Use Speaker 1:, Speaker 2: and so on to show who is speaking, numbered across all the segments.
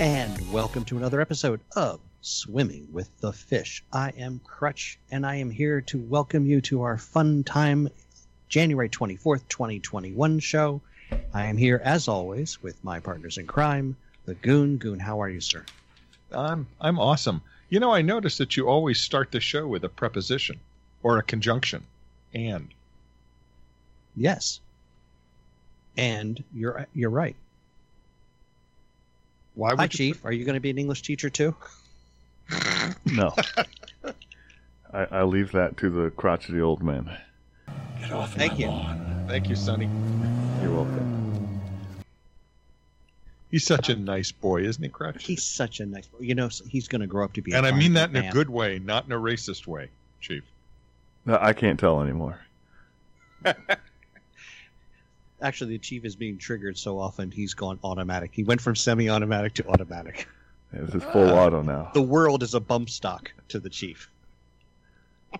Speaker 1: And welcome to another episode of Swimming with the Fish. I am Crutch, and I am here to welcome you to our fun time January 24th, 2021 show. I am here, as always, with my partners in crime, the Goon. Goon, how are you, sir?
Speaker 2: I'm I'm awesome. You know, I noticed that you always start the show with a preposition or a conjunction, and.
Speaker 1: Yes. And you're you're right.
Speaker 2: Why would
Speaker 1: Hi,
Speaker 2: you
Speaker 1: Chief. Are you going to be an English teacher too?
Speaker 3: No. I, I leave that to the crotchety old man.
Speaker 1: Thank you.
Speaker 2: put- Thank you, Sonny.
Speaker 3: You're welcome.
Speaker 2: He's such a nice boy, isn't he, Crutch?
Speaker 1: He's such a nice. You know, he's going to grow up to be. a
Speaker 2: and I
Speaker 1: fine
Speaker 2: mean that in a
Speaker 1: man.
Speaker 2: good way, not in a racist way, Chief.
Speaker 3: No, I can't tell anymore.
Speaker 1: Actually, the chief is being triggered so often he's gone automatic. He went from semi-automatic to automatic.
Speaker 3: This is full auto now.
Speaker 1: The world is a bump stock to the chief.
Speaker 3: Oh.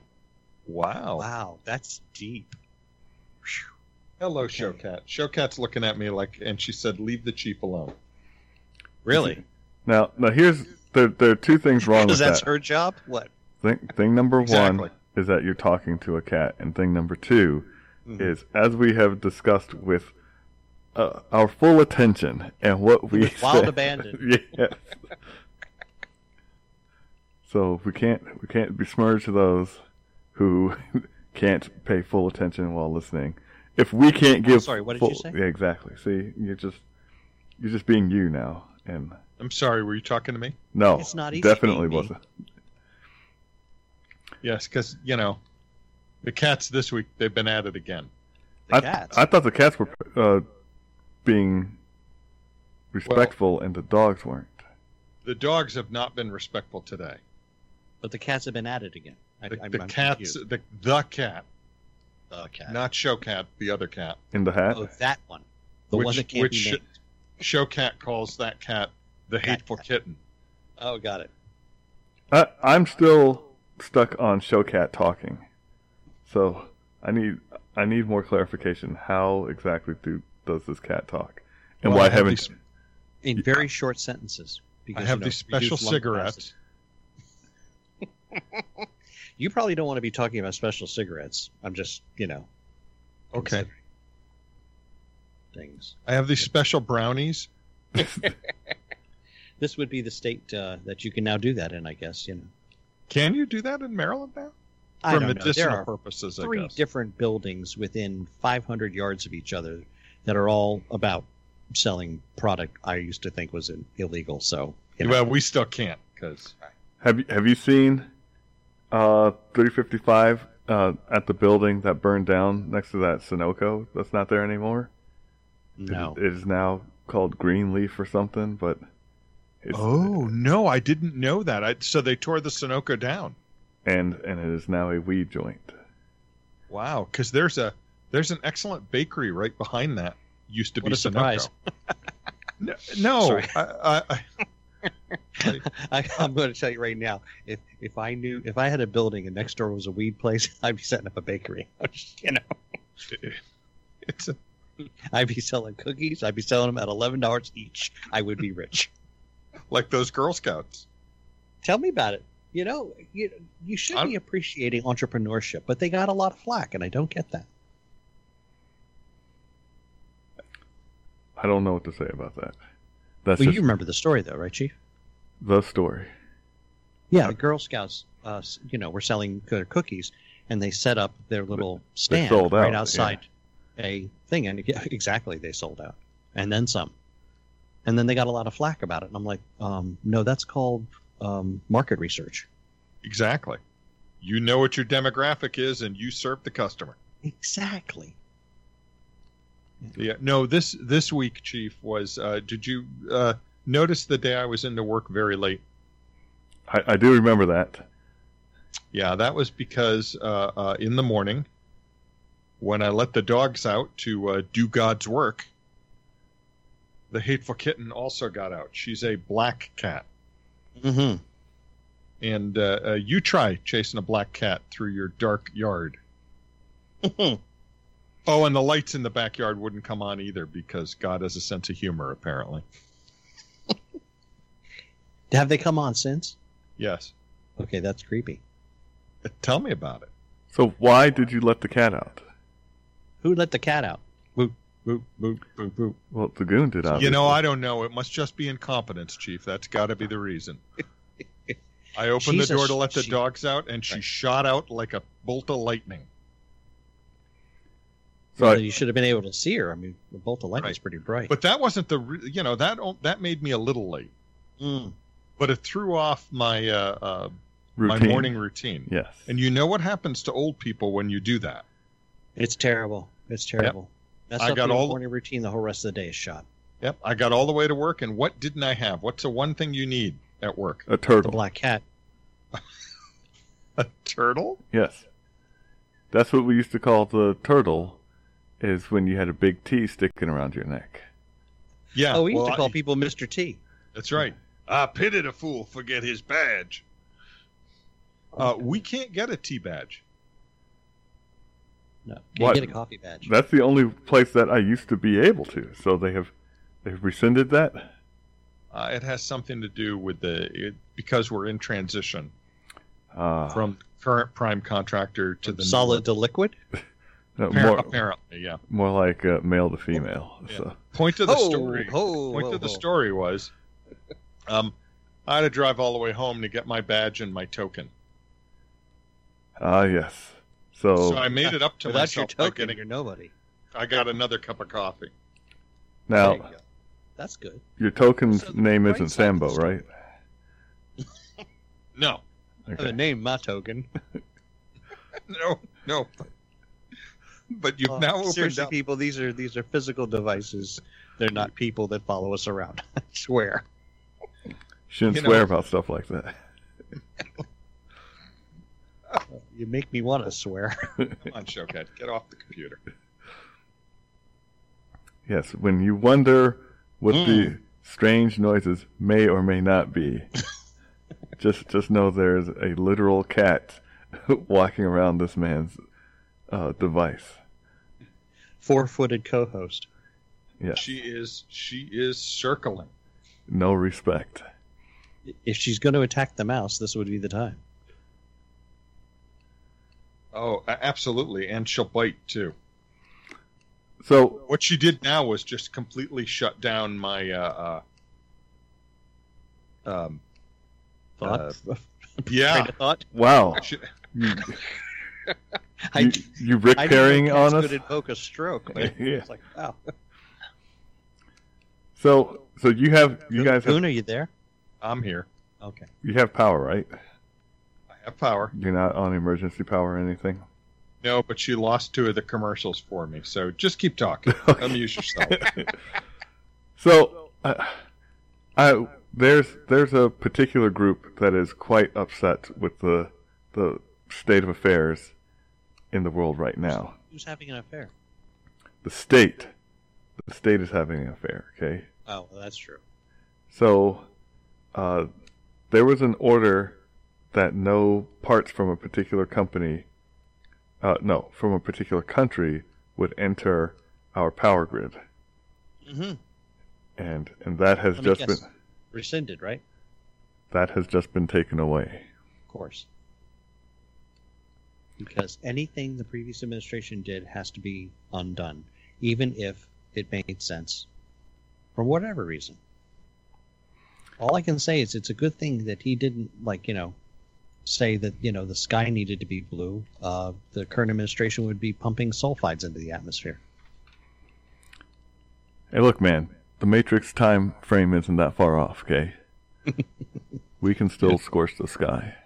Speaker 2: Wow.
Speaker 1: Wow, that's deep.
Speaker 2: Hello,
Speaker 1: Okay.
Speaker 2: Showcat. Showcat's looking at me like, and she said, "Leave the chief alone."
Speaker 1: Really?
Speaker 3: Now, now here's there. There are two things wrong with
Speaker 1: Because that's
Speaker 3: that.
Speaker 1: her job. What?
Speaker 3: Thing, thing number
Speaker 2: Exactly.
Speaker 3: one is that you're talking to a cat, and thing number 2
Speaker 1: Mhm.
Speaker 3: is as we have discussed with uh, our full attention and what we
Speaker 1: With wild
Speaker 3: said-
Speaker 1: abandon.
Speaker 3: yes. so we can't we can't besmirch those who can't pay full attention while listening. If we can't give,
Speaker 1: sorry, what did you
Speaker 3: full-
Speaker 1: say?
Speaker 3: Yeah, exactly. See, you're just you're just being you now, and
Speaker 2: I'm sorry. Were you talking to me?
Speaker 3: no,
Speaker 1: It's not easy
Speaker 3: definitely
Speaker 1: being me.
Speaker 3: wasn't.
Speaker 2: Yes, because you know, the cats this week they've been at it again.
Speaker 1: The
Speaker 3: I,
Speaker 1: cats.
Speaker 3: I thought the cats were uh, being respectful, and the dogs weren't.
Speaker 2: The dogs have not been respectful today.
Speaker 1: but the cats have been at it again. I,
Speaker 2: The,
Speaker 1: I'm-
Speaker 2: the
Speaker 1: I'm
Speaker 2: cats, uh,
Speaker 1: confused.
Speaker 2: the the cat,
Speaker 1: The cat.
Speaker 2: not show cat, the other cat.
Speaker 3: In the hat,
Speaker 1: Oh, that one. The one
Speaker 2: Which-
Speaker 1: that can't
Speaker 2: which-
Speaker 1: be named.
Speaker 2: Show cat calls that cat the hateful kitten.
Speaker 1: Oh, got it.
Speaker 3: I, I'm still stuck on Showcat talking, so I need I need more clarification. How exactly do does this cat talk, and
Speaker 2: Well, I
Speaker 3: why
Speaker 2: have
Speaker 3: haven't
Speaker 2: these-
Speaker 1: In very short sentences. Because,
Speaker 2: I have
Speaker 1: you know,
Speaker 2: these special
Speaker 1: reduced lung
Speaker 2: cigarettes.
Speaker 1: capacity. You probably don't want to be talking about special cigarettes. I'm just, you know,
Speaker 2: Okay,
Speaker 1: considering things.
Speaker 2: I have these special brownies.
Speaker 1: This would be the state uh, that you can now do that in, I guess. You know,
Speaker 2: Can you do that in Maryland now?
Speaker 1: I
Speaker 2: For
Speaker 1: don't know.
Speaker 2: medicinal
Speaker 1: There are
Speaker 2: purposes, I
Speaker 1: three
Speaker 2: guess.
Speaker 1: different buildings within 500 yards of each other that are all about selling product I used to think was in- illegal. So, you know,
Speaker 2: Well, we still can't because
Speaker 3: have you have you seen uh 355 uh at the building that burned down next to that Sunoco that's not there anymore? It-
Speaker 1: no.
Speaker 3: it is now called Greenleaf or something, but it's,
Speaker 2: Oh no, I didn't know that. I, so they tore the Sunoco down.
Speaker 3: and and it is now a weed joint.
Speaker 2: Wow, because there's a there's an excellent bakery right behind that. Used to
Speaker 1: What
Speaker 2: be
Speaker 1: a surprise.
Speaker 2: Sunoco. no, no
Speaker 1: Sorry.
Speaker 2: I, I, I,
Speaker 1: I, I'm going to tell you right now. If if I knew if I had a building and next door was a weed place, I'd be setting up a bakery. I'm just- you know,
Speaker 2: it's a,
Speaker 1: I'd be selling cookies. I'd be selling them at eleven dollars each. I would be rich.
Speaker 2: like those Girl Scouts.
Speaker 1: tell me about it. You know, you you should
Speaker 2: I'm-
Speaker 1: be appreciating entrepreneurship, but they got a lot of flack, and I don't get that.
Speaker 3: I don't know what to say about that. That's
Speaker 1: well,
Speaker 3: just
Speaker 1: you remember the story though, right, Chief?
Speaker 3: the story.
Speaker 1: Yeah, the Girl Scouts, uh, s- you know, were selling their cookies, and they set up their little stand
Speaker 3: sold out,
Speaker 1: right
Speaker 3: yeah.
Speaker 1: outside a thing, and yeah, exactly, they sold out, and then some, and then they got a lot of flack about it, and I'm like, um, no, that's called um, market research.
Speaker 2: Exactly. You know what your demographic is, and you serve the customer.
Speaker 1: Exactly.
Speaker 2: Yeah. No, this this week, Chief, was. Uh, did you uh, notice the day I was into work very late?
Speaker 3: I, I do remember that.
Speaker 2: Yeah, that was because uh, uh, in the morning, when I let the dogs out to uh, do God's work, the hateful kitten also got out. She's a black cat,
Speaker 1: Mm-hmm.
Speaker 2: and uh, uh, you try chasing a black cat through your dark yard.
Speaker 1: Mhm.
Speaker 2: oh, and the lights in the backyard wouldn't come on either because God has a sense of humor, apparently.
Speaker 1: Have they come on since?
Speaker 2: Yes. Uh,
Speaker 1: Okay, that's creepy.
Speaker 2: Tell me about it.
Speaker 3: So why did you let the cat out?
Speaker 1: Who let the cat out?
Speaker 2: Boop, boop, boop, boop.
Speaker 3: Well, the goon did. Obviously.
Speaker 2: You know, I don't know. It must just be incompetence, Chief. That's got to be the reason. I opened
Speaker 1: She's a
Speaker 2: the door
Speaker 1: sh-
Speaker 2: to let the
Speaker 1: she-
Speaker 2: dogs out, and she
Speaker 1: Right.
Speaker 2: shot out like a bolt of lightning.
Speaker 3: So
Speaker 1: Well,
Speaker 3: I-
Speaker 1: you should have been able to see her. I mean, the bolt of lightning's
Speaker 2: Right.
Speaker 1: pretty bright.
Speaker 2: But that wasn't the, re- you know, that o- that made me a little late.
Speaker 1: Mm.
Speaker 2: But it threw off my uh, uh, my
Speaker 3: routine.
Speaker 2: morning routine.
Speaker 3: Yes.
Speaker 2: And you know what happens to old people when you do that?
Speaker 1: It's terrible. It's terrible. That's
Speaker 2: I
Speaker 1: up
Speaker 2: got
Speaker 1: your
Speaker 2: all-
Speaker 1: morning routine. The whole rest of the day is shot.
Speaker 2: Yep. I got all the way to work, and what didn't I have? What's the one thing you need at work?
Speaker 3: a
Speaker 1: The
Speaker 3: turtle.
Speaker 1: black cat.
Speaker 2: A turtle?
Speaker 3: Yes. That's what we used to call the turtle, is when you had a big T sticking around your neck.
Speaker 2: Yeah.
Speaker 1: oh, we used
Speaker 2: well,
Speaker 1: to call
Speaker 2: I-
Speaker 1: people Mr. T.
Speaker 2: That's right. I pitied a fool forget his badge. Uh, we can't get a T badge.
Speaker 1: No, you
Speaker 3: What?
Speaker 1: get a coffee badge.
Speaker 3: That's the only place that I used to be able to. So they have, they've rescinded that.
Speaker 2: Uh, it has something to do with the it, because we're in transition
Speaker 3: Uh,
Speaker 2: from current prime contractor to the
Speaker 1: Solid to liquid.
Speaker 3: no,
Speaker 2: Appar-
Speaker 3: more,
Speaker 2: apparently, yeah.
Speaker 3: more like uh, male to female.
Speaker 2: Yeah.
Speaker 3: So
Speaker 2: Point of the
Speaker 1: Oh,
Speaker 2: story.
Speaker 1: ho,
Speaker 2: point
Speaker 1: ho,
Speaker 2: of the
Speaker 1: ho.
Speaker 2: story was um, I had to drive all the way home to get my badge and my token.
Speaker 3: ah yes. So,
Speaker 2: So I made it up to
Speaker 1: Without Oh. your
Speaker 2: myself by
Speaker 1: token,
Speaker 2: getting
Speaker 1: you're nobody.
Speaker 2: I got another cup of coffee.
Speaker 1: There you
Speaker 3: now
Speaker 1: go. That's good.
Speaker 3: your token's
Speaker 1: So the
Speaker 3: Mm, name
Speaker 1: right
Speaker 3: isn't
Speaker 1: side of the
Speaker 3: Sambo, right?
Speaker 2: No.
Speaker 1: I haven't
Speaker 3: Okay.
Speaker 1: named my token.
Speaker 2: No. No. But you've
Speaker 1: Uh,
Speaker 2: now opened
Speaker 1: seriously,
Speaker 2: up
Speaker 1: people. These are these are physical devices. They're not people that follow us around. I swear.
Speaker 3: Shouldn't
Speaker 2: you know-
Speaker 3: swear about stuff like that.
Speaker 1: You make me want to swear.
Speaker 2: Come on, Showcat, get off the computer.
Speaker 3: Yes, when you wonder what the
Speaker 1: Mm.
Speaker 3: strange noises may or may not be, just just know there's a literal cat walking around this man's uh, device.
Speaker 1: Four-footed co-host.
Speaker 3: Yes,
Speaker 2: She is she is circling.
Speaker 3: no respect.
Speaker 1: If she's going to attack the mouse, this would be the time.
Speaker 2: Oh, a- absolutely, and she'll bite too.
Speaker 3: So
Speaker 2: What she did now was just completely shut down my uh, uh um
Speaker 1: Thought.
Speaker 3: Uh,
Speaker 2: yeah.
Speaker 1: Train of thought.
Speaker 3: wow,
Speaker 2: She-
Speaker 3: you
Speaker 1: I,
Speaker 3: you, you Rick
Speaker 1: I
Speaker 3: Perrying on us.
Speaker 1: Could invoke a stroke. But
Speaker 3: Yeah.
Speaker 1: It's like, wow.
Speaker 3: So so you have you guys have
Speaker 1: Boone, are you there?
Speaker 2: I'm here.
Speaker 1: Okay.
Speaker 3: you have power, right?
Speaker 2: I have power.
Speaker 3: You're not on emergency power or anything.
Speaker 2: No, but she lost two of the commercials for me. So just keep talking.
Speaker 1: Um,
Speaker 2: Amuse yourself.
Speaker 3: So, uh, I there's there's a particular group that is quite upset with the the state of affairs in the world right now.
Speaker 1: Who's having an affair?
Speaker 3: The state, the state is having an affair. Okay,
Speaker 1: Oh, well, that's true.
Speaker 3: so uh, there was an order that no parts from a particular company, uh, no, from a particular country would enter our power grid,
Speaker 1: Mm-hmm.
Speaker 3: and and that has
Speaker 1: Let me
Speaker 3: just
Speaker 1: guess.
Speaker 3: been
Speaker 1: Rescinded, right?
Speaker 3: that has just been taken away.
Speaker 1: Of course. Because anything the previous administration did has to be undone, even if it made sense for whatever reason. All I can say is it's a good thing that he didn't, like, you know, say that, you know, the sky needed to be blue. Uh, the current administration would be pumping sulfides into the atmosphere.
Speaker 3: Hey, look, man. The Matrix time frame isn't that far off, okay? we can still scorch the sky.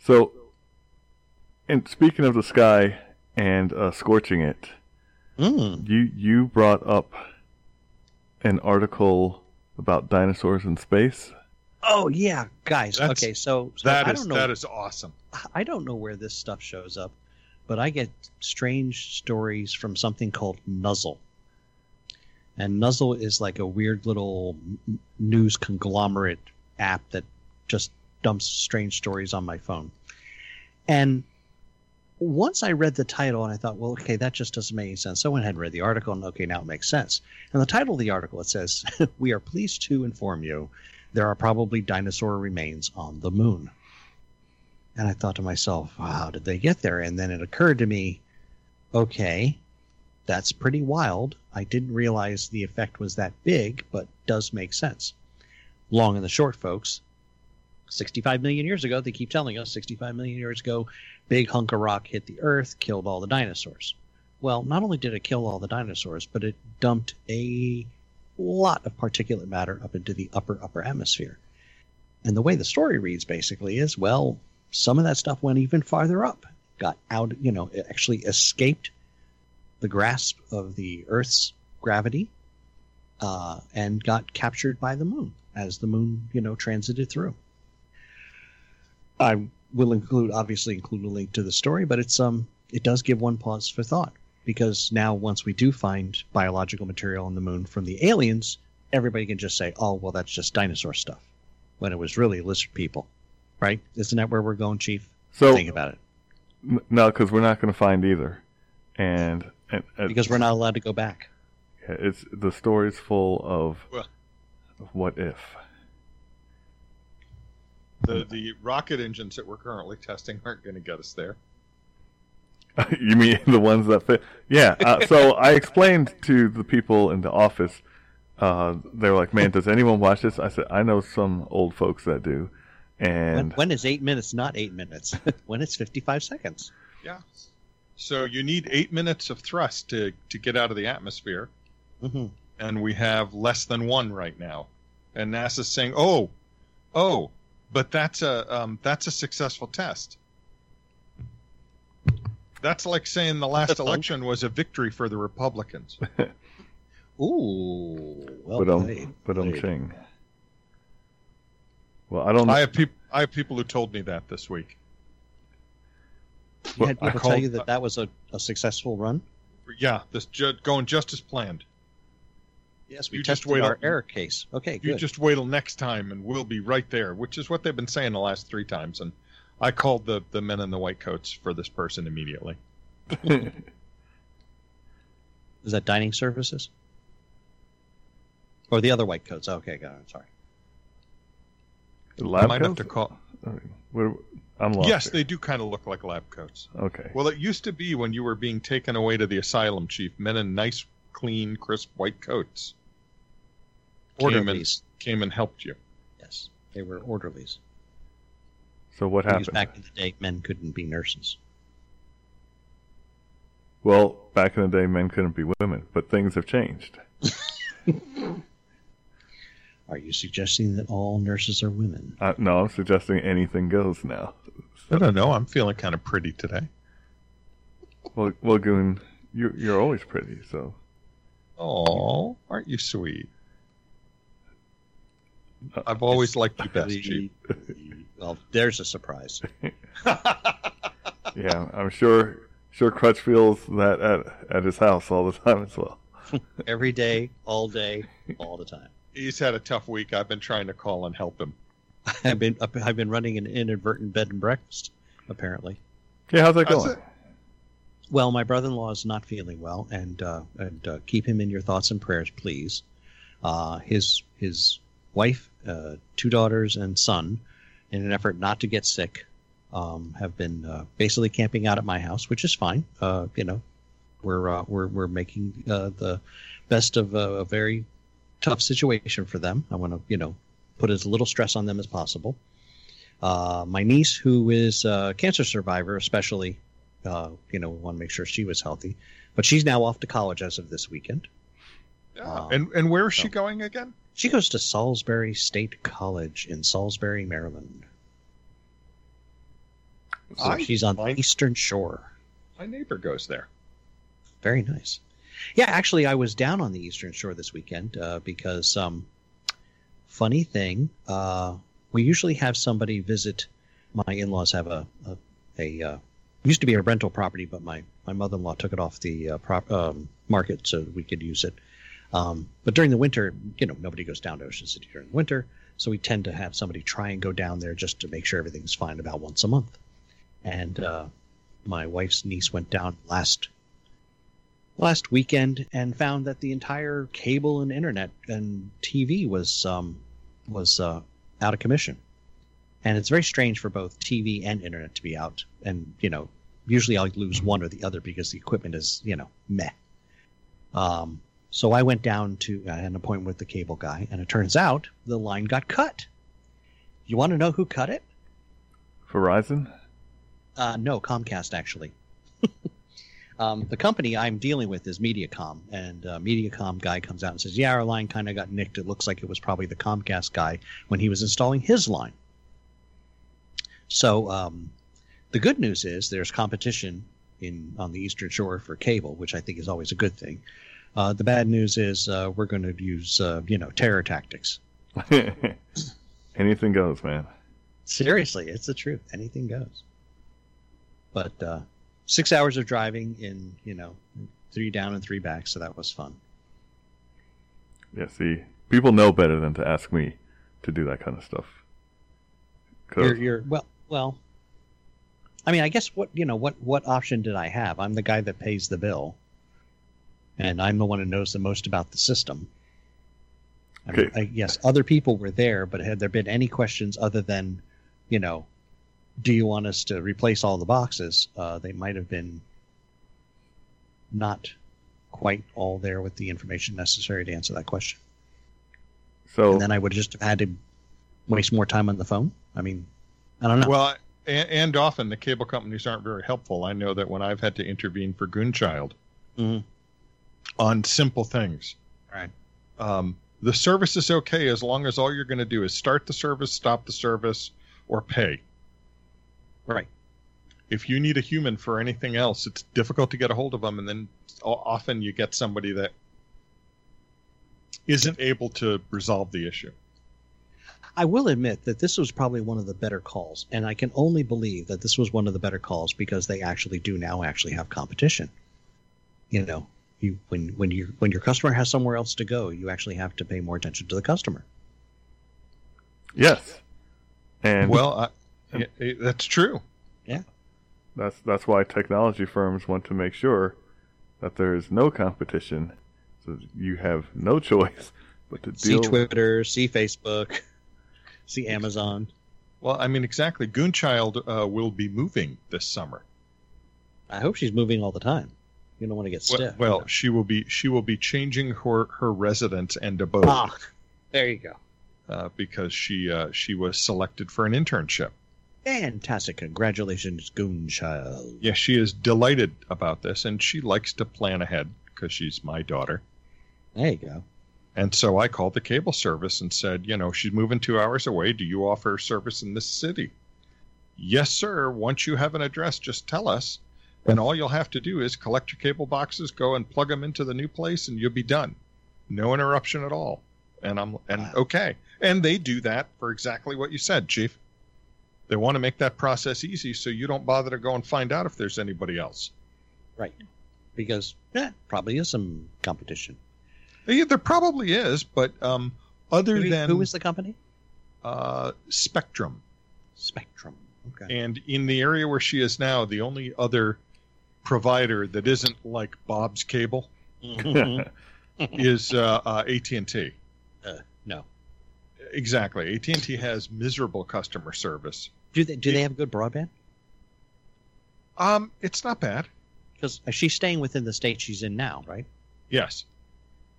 Speaker 3: So, and speaking of the sky and uh, scorching it,
Speaker 1: Mm.
Speaker 3: you you brought up an article about dinosaurs in space.
Speaker 1: Oh, yeah, guys.
Speaker 2: That's-
Speaker 1: okay, so, so
Speaker 2: That
Speaker 1: I
Speaker 2: is
Speaker 1: don't know.
Speaker 2: that is awesome.
Speaker 1: I don't know where this stuff shows up, but I get strange stories from something called Nuzzle. And Nuzzle is like a weird little n- news conglomerate app that just dumps strange stories on my phone. And once I read the title and I thought, well, okay, that just doesn't make any sense. So I went ahead and read the article and okay, now it makes sense. And the title of the article it says, "We are pleased to inform you, there are probably dinosaur remains on the moon." And I thought to myself, wow, how did they get there? And then it occurred to me, okay, that's pretty wild. I didn't realize the effect was that big, but does make sense. Long and the short, folks. 65 million years ago, they keep telling us 65 million years ago, big hunk of rock hit the earth, killed all the dinosaurs. Well, not only did it kill all the dinosaurs, but it dumped a lot of particulate matter up into the upper, upper atmosphere. And the way the story reads basically is well, some of that stuff went even farther up, got out, you know, it actually escaped the grasp of the Earth's gravity uh, and got captured by the moon as the moon, you know, transited through. I will include, obviously, include a link to the story, but it's um, it does give one pause for thought because now once we do find biological material on the moon from the aliens, everybody can just say, "Oh, well, that's just dinosaur stuff," when it was really lizard people, right? Isn't that where we're going, Chief?
Speaker 3: So
Speaker 1: Think about it,
Speaker 3: n- no, because we're not going to find either, and, and, and
Speaker 1: because we're not allowed to go back.
Speaker 3: It's the story's full of
Speaker 2: Well-
Speaker 3: of what if.
Speaker 2: The the rocket engines that we're currently testing aren't going to get us there.
Speaker 3: you mean the ones that fit? Yeah. Uh, so I explained to the people in the office. Uh, they were like, "Man, does anyone watch this?" I said, "I know some old folks that do."
Speaker 1: When,
Speaker 3: And
Speaker 1: when is eight minutes not eight minutes? when it's 55 seconds.
Speaker 2: Yeah. So you need eight minutes of thrust to to get out of the atmosphere,
Speaker 1: hmm
Speaker 2: and we have less than one right now. And NASA's saying, "Oh, oh, but that's a um, that's a successful test." That's like saying the last
Speaker 1: That's a bunk.
Speaker 2: election was a victory for the Republicans.
Speaker 1: Ooh, well
Speaker 3: but
Speaker 1: played.
Speaker 3: um, but um,
Speaker 1: played.
Speaker 3: ching. Well, I don't.
Speaker 2: I have people I have people who told me that this week.
Speaker 1: You had
Speaker 2: I
Speaker 1: people tell
Speaker 2: called-
Speaker 1: you that that was a, a successful run.
Speaker 2: Yeah, this ju- going just as planned.
Speaker 1: Yes, we
Speaker 2: You just
Speaker 1: tested
Speaker 2: wait
Speaker 1: our
Speaker 2: on-
Speaker 1: error case. Okay,
Speaker 2: You
Speaker 1: good.
Speaker 2: just wait till next time, and we'll be right there, which is what they've been saying the last three times. And I called the the men in the white coats for this person immediately.
Speaker 1: Is that dining services? Or the other white coats? Okay, got it. Sorry.
Speaker 2: I
Speaker 3: lab
Speaker 2: might have
Speaker 3: coats?
Speaker 2: to call.
Speaker 3: Where- I'm lost.
Speaker 2: yes,
Speaker 3: here.
Speaker 2: they do kind of look like lab coats.
Speaker 3: Okay.
Speaker 2: Well, it used to be when you were being taken away to the asylum, chief, men in nice, clean, crisp white coats came and,
Speaker 1: Orderlies.
Speaker 2: came and helped you.
Speaker 1: Yes, they were orderlies.
Speaker 3: so what
Speaker 1: Because
Speaker 3: happened?
Speaker 1: back in the day, men couldn't be nurses.
Speaker 3: Well, back in the day, men couldn't be women, but things have changed.
Speaker 1: Are you suggesting that all nurses are women?
Speaker 3: Uh, no, I'm suggesting anything goes now.
Speaker 2: I don't know. I'm feeling kind of pretty today.
Speaker 3: Well, well, Goon, you're you're always pretty, so
Speaker 2: Oh, aren't you sweet? I've always liked you best, chief.
Speaker 1: well, there's a surprise.
Speaker 3: yeah, I'm sure sure Crutch feels that at at his house all the time as well.
Speaker 1: Every day, all day, all the time.
Speaker 2: He's had a tough week. I've been trying to call and help him.
Speaker 1: I've been I've been running an inadvertent bed and breakfast, apparently.
Speaker 3: Yeah, how's that
Speaker 2: How's
Speaker 3: going?
Speaker 2: it?
Speaker 1: Well, my brother-in-law is not feeling well, and uh, and uh, keep him in your thoughts and prayers, please. Uh, his his wife, uh, two daughters, and son, in an effort not to get sick, um, have been uh, basically camping out at my house, which is fine. Uh, you know, we're uh, we're we're making uh, the best of a, a very tough situation for them. I want to you know put as little stress on them as possible. Uh, my niece, who is a cancer survivor, especially uh, you know, we want to make sure she was healthy. But she's now off to college as of this weekend.
Speaker 2: Yeah.
Speaker 1: Um,
Speaker 2: and and where is
Speaker 1: so-
Speaker 2: she going again?
Speaker 1: She goes to Salisbury State College in Salisbury, Maryland. So
Speaker 2: I-
Speaker 1: she's on
Speaker 2: I-
Speaker 1: the Eastern Shore.
Speaker 2: My neighbor goes there.
Speaker 1: Very nice. Yeah, actually, I was down on the Eastern Shore this weekend uh, because, um, funny thing, uh, we usually have somebody visit. My in-laws have a a, a uh, used to be a rental property, but my my mother-in-law took it off the uh, prop, um, market so we could use it. Um, but during the winter, you know, nobody goes down to Ocean City during the winter, so we tend to have somebody try and go down there just to make sure everything's fine about once a month. And uh, my wife's niece went down last last weekend and found that the entire cable and internet and TV was um, was uh, out of commission. And it's very strange for both TV and internet to be out. And you know, usually I'll lose one or the other because the equipment is you know meh. Um, so I went down to I had an appointment with the cable guy, and it turns out the line got cut. You want to know who cut it?
Speaker 3: Verizon?
Speaker 1: Uh, no, Comcast actually. um, the company I'm dealing with is MediaCom, and uh, MediaCom guy comes out and says, "Yeah, our line kind of got nicked. It looks like it was probably the Comcast guy when he was installing his line." So um, the good news is there's competition in on the Eastern Shore for cable, which I think is always a good thing. Uh, the bad news is uh, we're going to use uh, you know terror tactics.
Speaker 3: Anything goes, man.
Speaker 1: Seriously, it's the truth. Anything goes. But uh, six hours of driving in, you know, three down and three back, so that was fun.
Speaker 3: Yeah, see, people know better than to ask me to do that kind of stuff. 'Cause-
Speaker 1: You're, you're well, well. I mean, I guess what you know, what what option did I have? I'm the guy that pays the bill, and I'm the one who knows the most about the system. I mean,
Speaker 3: Okay.
Speaker 1: I, yes, other people were there, but had there been any questions other than, you know, do you want us to replace all the boxes? Uh, they might have been not quite all there with the information necessary to answer that question.
Speaker 3: so
Speaker 1: And then I would just have had to waste more time on the phone. I mean, I don't know.
Speaker 2: Well, and, and often the cable companies aren't very helpful. I know that when I've had to intervene for Goonchild
Speaker 1: Mhm.
Speaker 2: on simple things,
Speaker 1: Right.
Speaker 2: Um, the service is okay as long as all you're going to do is start the service, stop the service, or pay.
Speaker 1: Right.
Speaker 2: If you need a human for anything else, it's difficult to get a hold of them, and then o- often you get somebody that isn't able to resolve the issue.
Speaker 1: I will admit that this was probably one of the better calls, and I can only believe that this was one of the better calls because they actually do now actually have competition. You know, you when when you when your customer has somewhere else to go, you actually have to pay more attention to the customer.
Speaker 3: yes, and well,
Speaker 2: well, I, i- i- that's true.
Speaker 3: that's that's why technology firms want to make sure that there is no competition, so that you have no choice but to
Speaker 1: See
Speaker 3: deal.
Speaker 1: Twitter, see Facebook, see Amazon.
Speaker 2: Well, I mean, exactly. Goonchild uh, will be moving this summer.
Speaker 1: I hope she's moving all the time. You don't want to get
Speaker 2: Well,
Speaker 1: stiff.
Speaker 2: well, she will be she will be changing her her residence and abode
Speaker 1: ah, there you go.
Speaker 2: uh, because she uh, she was selected for an internship.
Speaker 1: Fantastic! Congratulations, Goonchild.
Speaker 2: Yeah, she is delighted about this, and she likes to plan ahead because she's my daughter.
Speaker 1: There you go.
Speaker 2: And so I called the cable service and said, you know, she's moving two hours away. Do you offer service in this city? Yes, sir. Once you have an address, just tell us. And all you'll have to do is collect your cable boxes, go and plug them into the new place, and you'll be done. No interruption at all. And I'm and
Speaker 1: Wow.
Speaker 2: okay. And they do that for exactly what you said, Chief. They want to make that process easy so you don't bother to go and find out if there's anybody else.
Speaker 1: Because eh, probably is some competition.
Speaker 2: Yeah, there probably is, but um, other
Speaker 1: Who-
Speaker 2: than
Speaker 1: who is the company?
Speaker 2: uh, Spectrum,
Speaker 1: Spectrum. Okay.
Speaker 2: And in the area where she is now, the only other provider that isn't like Bob's Cable Mm-hmm.
Speaker 1: Mm-hmm.
Speaker 2: is uh, uh, AT&T.
Speaker 1: no.
Speaker 2: Exactly. AT&T has miserable customer service.
Speaker 1: Do they do they have good broadband?
Speaker 2: Um, it's not bad.
Speaker 1: Because uh, she's staying within the state she's in now, right?
Speaker 2: Yes.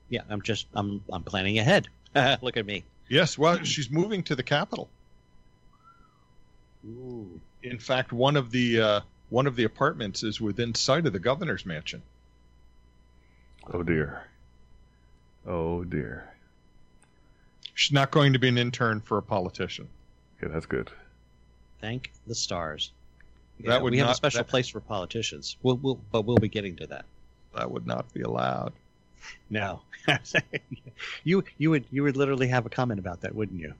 Speaker 1: Yeah. I'm just I'm I'm planning ahead. Look at me.
Speaker 2: Yes, well, she's moving to the capital.
Speaker 1: Ooh.
Speaker 2: In fact, one of the uh, one of the apartments is within sight of the governor's mansion.
Speaker 3: oh dear. Oh dear.
Speaker 2: She's not going to be an intern for a politician.
Speaker 3: Okay, that's good.
Speaker 1: Thank the stars.
Speaker 2: That
Speaker 1: Yeah,
Speaker 2: would
Speaker 1: we have a
Speaker 2: not-
Speaker 1: special
Speaker 2: that-
Speaker 1: place for politicians. We'll, we'll but we'll be getting to that.
Speaker 2: That would not be allowed.
Speaker 1: No. you you would you would literally have a comment about that, wouldn't you?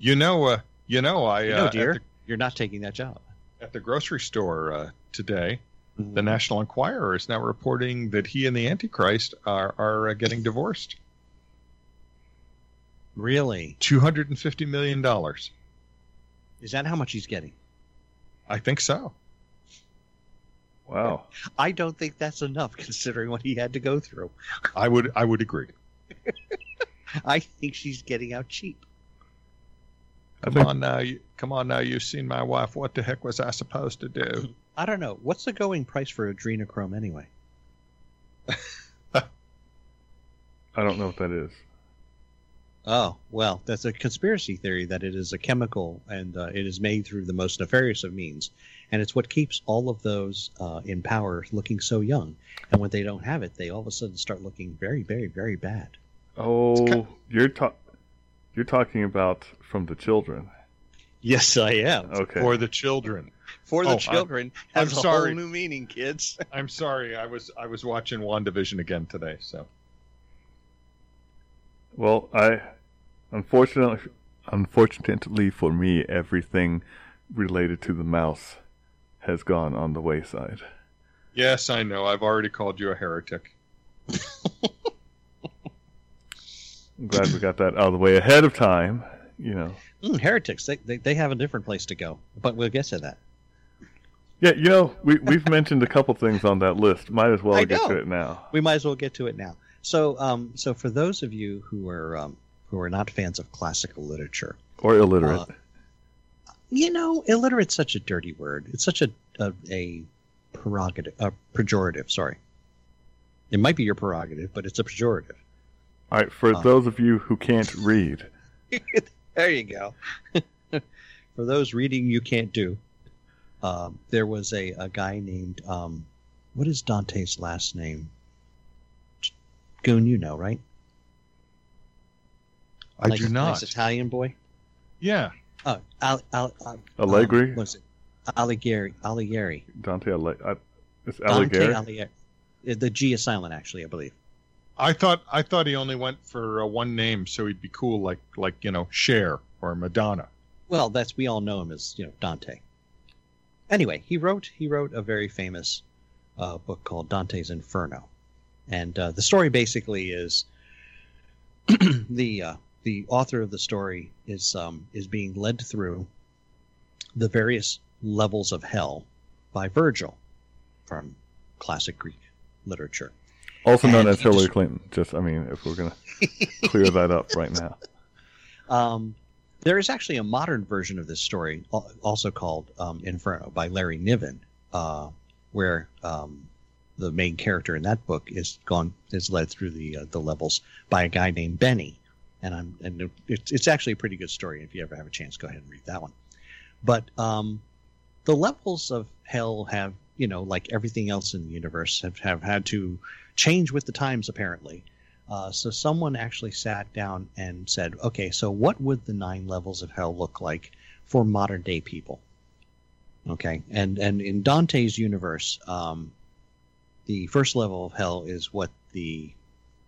Speaker 2: You know, uh, you know, I
Speaker 1: You
Speaker 2: uh,
Speaker 1: know,
Speaker 2: at the-
Speaker 1: dear, you're not taking that job.
Speaker 2: at the grocery store uh, today, the National Enquirer is now reporting that he and the Antichrist are, are uh, getting divorced.
Speaker 1: Really?
Speaker 2: $250 million.
Speaker 1: Is that how much he's getting?
Speaker 2: I think so.
Speaker 3: Wow.
Speaker 1: I don't think that's enough considering what he had to go through.
Speaker 2: I would I would agree.
Speaker 1: I think she's getting out cheap.
Speaker 3: I
Speaker 2: Come
Speaker 3: think-
Speaker 2: on now, you, come on now. You've seen my wife. What the heck was I supposed to do?
Speaker 1: I don't know. What's the going price for adrenochrome anyway?
Speaker 3: I don't know what that is.
Speaker 1: Oh, well, that's a conspiracy theory that it is a chemical and uh, it is made through the most nefarious of means. And it's what keeps all of those uh, in power looking so young. And when they don't have it, they all of a sudden start looking very, very, very bad.
Speaker 3: Oh, you're ta- you're talking about from the children.
Speaker 1: Yes, I am.
Speaker 3: Okay.
Speaker 2: For the children.
Speaker 1: For
Speaker 2: the
Speaker 1: the
Speaker 2: Oh, I-
Speaker 1: children
Speaker 2: I'm
Speaker 1: has a
Speaker 2: sorry.
Speaker 1: whole new meaning, kids.
Speaker 2: I'm sorry. I was I was watching WandaVision again today. So
Speaker 3: Well, I unfortunately unfortunately for me, everything related to the mouse has gone on the wayside.
Speaker 2: yes, I know. I've already called you a heretic.
Speaker 3: I'm glad we got that out of the way ahead of time. You know.
Speaker 1: Mm, heretics, they, they, they have a different place to go. But we'll get to that.
Speaker 3: Yeah, you know, we we've mentioned a couple things on that list. Might as well
Speaker 1: I
Speaker 3: get
Speaker 1: know.
Speaker 3: to it now.
Speaker 1: we might as well get to it now. So, um, so for those of you who are um, who are not fans of classical literature,
Speaker 3: Or illiterate.
Speaker 1: Uh, you know, illiterate's such a dirty word. It's such a a, a prerogative, a pejorative. Sorry, it might be your prerogative, but it's a pejorative.
Speaker 3: All right, for
Speaker 1: uh,
Speaker 3: those of you who can't read,
Speaker 1: there you go. For those reading, you can't do. Um, there was a, a guy named um, what is Dante's last name? Goon, you know, right?
Speaker 2: I
Speaker 1: Nice-
Speaker 2: do not.
Speaker 1: Nice Italian boy.
Speaker 2: yeah.
Speaker 1: Oh, Al, Al, Al,
Speaker 3: Allegri?
Speaker 1: Um, what is it? Alighieri. Alighieri.
Speaker 3: Dante Ale- I, it's
Speaker 1: Dante
Speaker 3: Alighieri.
Speaker 1: Alighieri. Uh, The G is silent, actually, I believe.
Speaker 2: I thought I thought he only went for uh, one name, so he'd be cool, like like you know Cher or Madonna.
Speaker 1: Well, that's we all know him as you know Dante. Anyway, he wrote he wrote a very famous uh, book called Dante's Inferno, and uh, the story basically is the uh, the author of the story is um, is being led through the various levels of hell by Virgil from classic Greek literature.
Speaker 3: Also known
Speaker 1: And
Speaker 3: as
Speaker 1: he
Speaker 3: Hillary
Speaker 1: just-
Speaker 3: Clinton. Just, I mean, if we're gonna clear that up right now.
Speaker 1: Um, there is actually a modern version of this story, al- also called um, Inferno by Larry Niven, uh, where um, the main character in that book is gone is led through the uh, the levels by a guy named Benny, and I'm and it's it's actually a pretty good story. If you ever have a chance, go ahead and read that one. But um, the levels of hell have you know like everything else in the universe have, have had to change with the times apparently uh, so someone actually sat down and said, okay, so what would the nine levels of hell look like for modern day people? Okay, and and in Dante's universe, um, the first level of hell is what the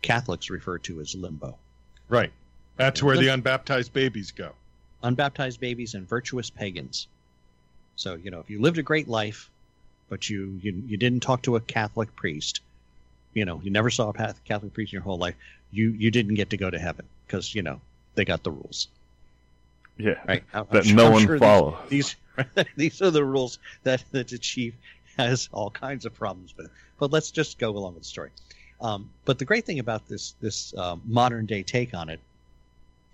Speaker 1: Catholics refer to as limbo.
Speaker 2: Right. That's where the unbaptized babies go.
Speaker 1: unbaptized babies and virtuous pagans. So you know, if you lived a great life, but you you, you didn't talk to a Catholic priest, you know, you never saw a path- Catholic priest in your whole life, you you didn't get to go to heaven because you know they got the rules,
Speaker 3: Yeah.
Speaker 1: right? I- I'm
Speaker 3: That
Speaker 1: sure-
Speaker 3: no
Speaker 1: I'm
Speaker 3: one
Speaker 1: sure these-
Speaker 3: follows.
Speaker 1: These these are the rules that that the chief has all kinds of problems with. But let's just go along with the story. Um, but the great thing about this this um, modern day take on it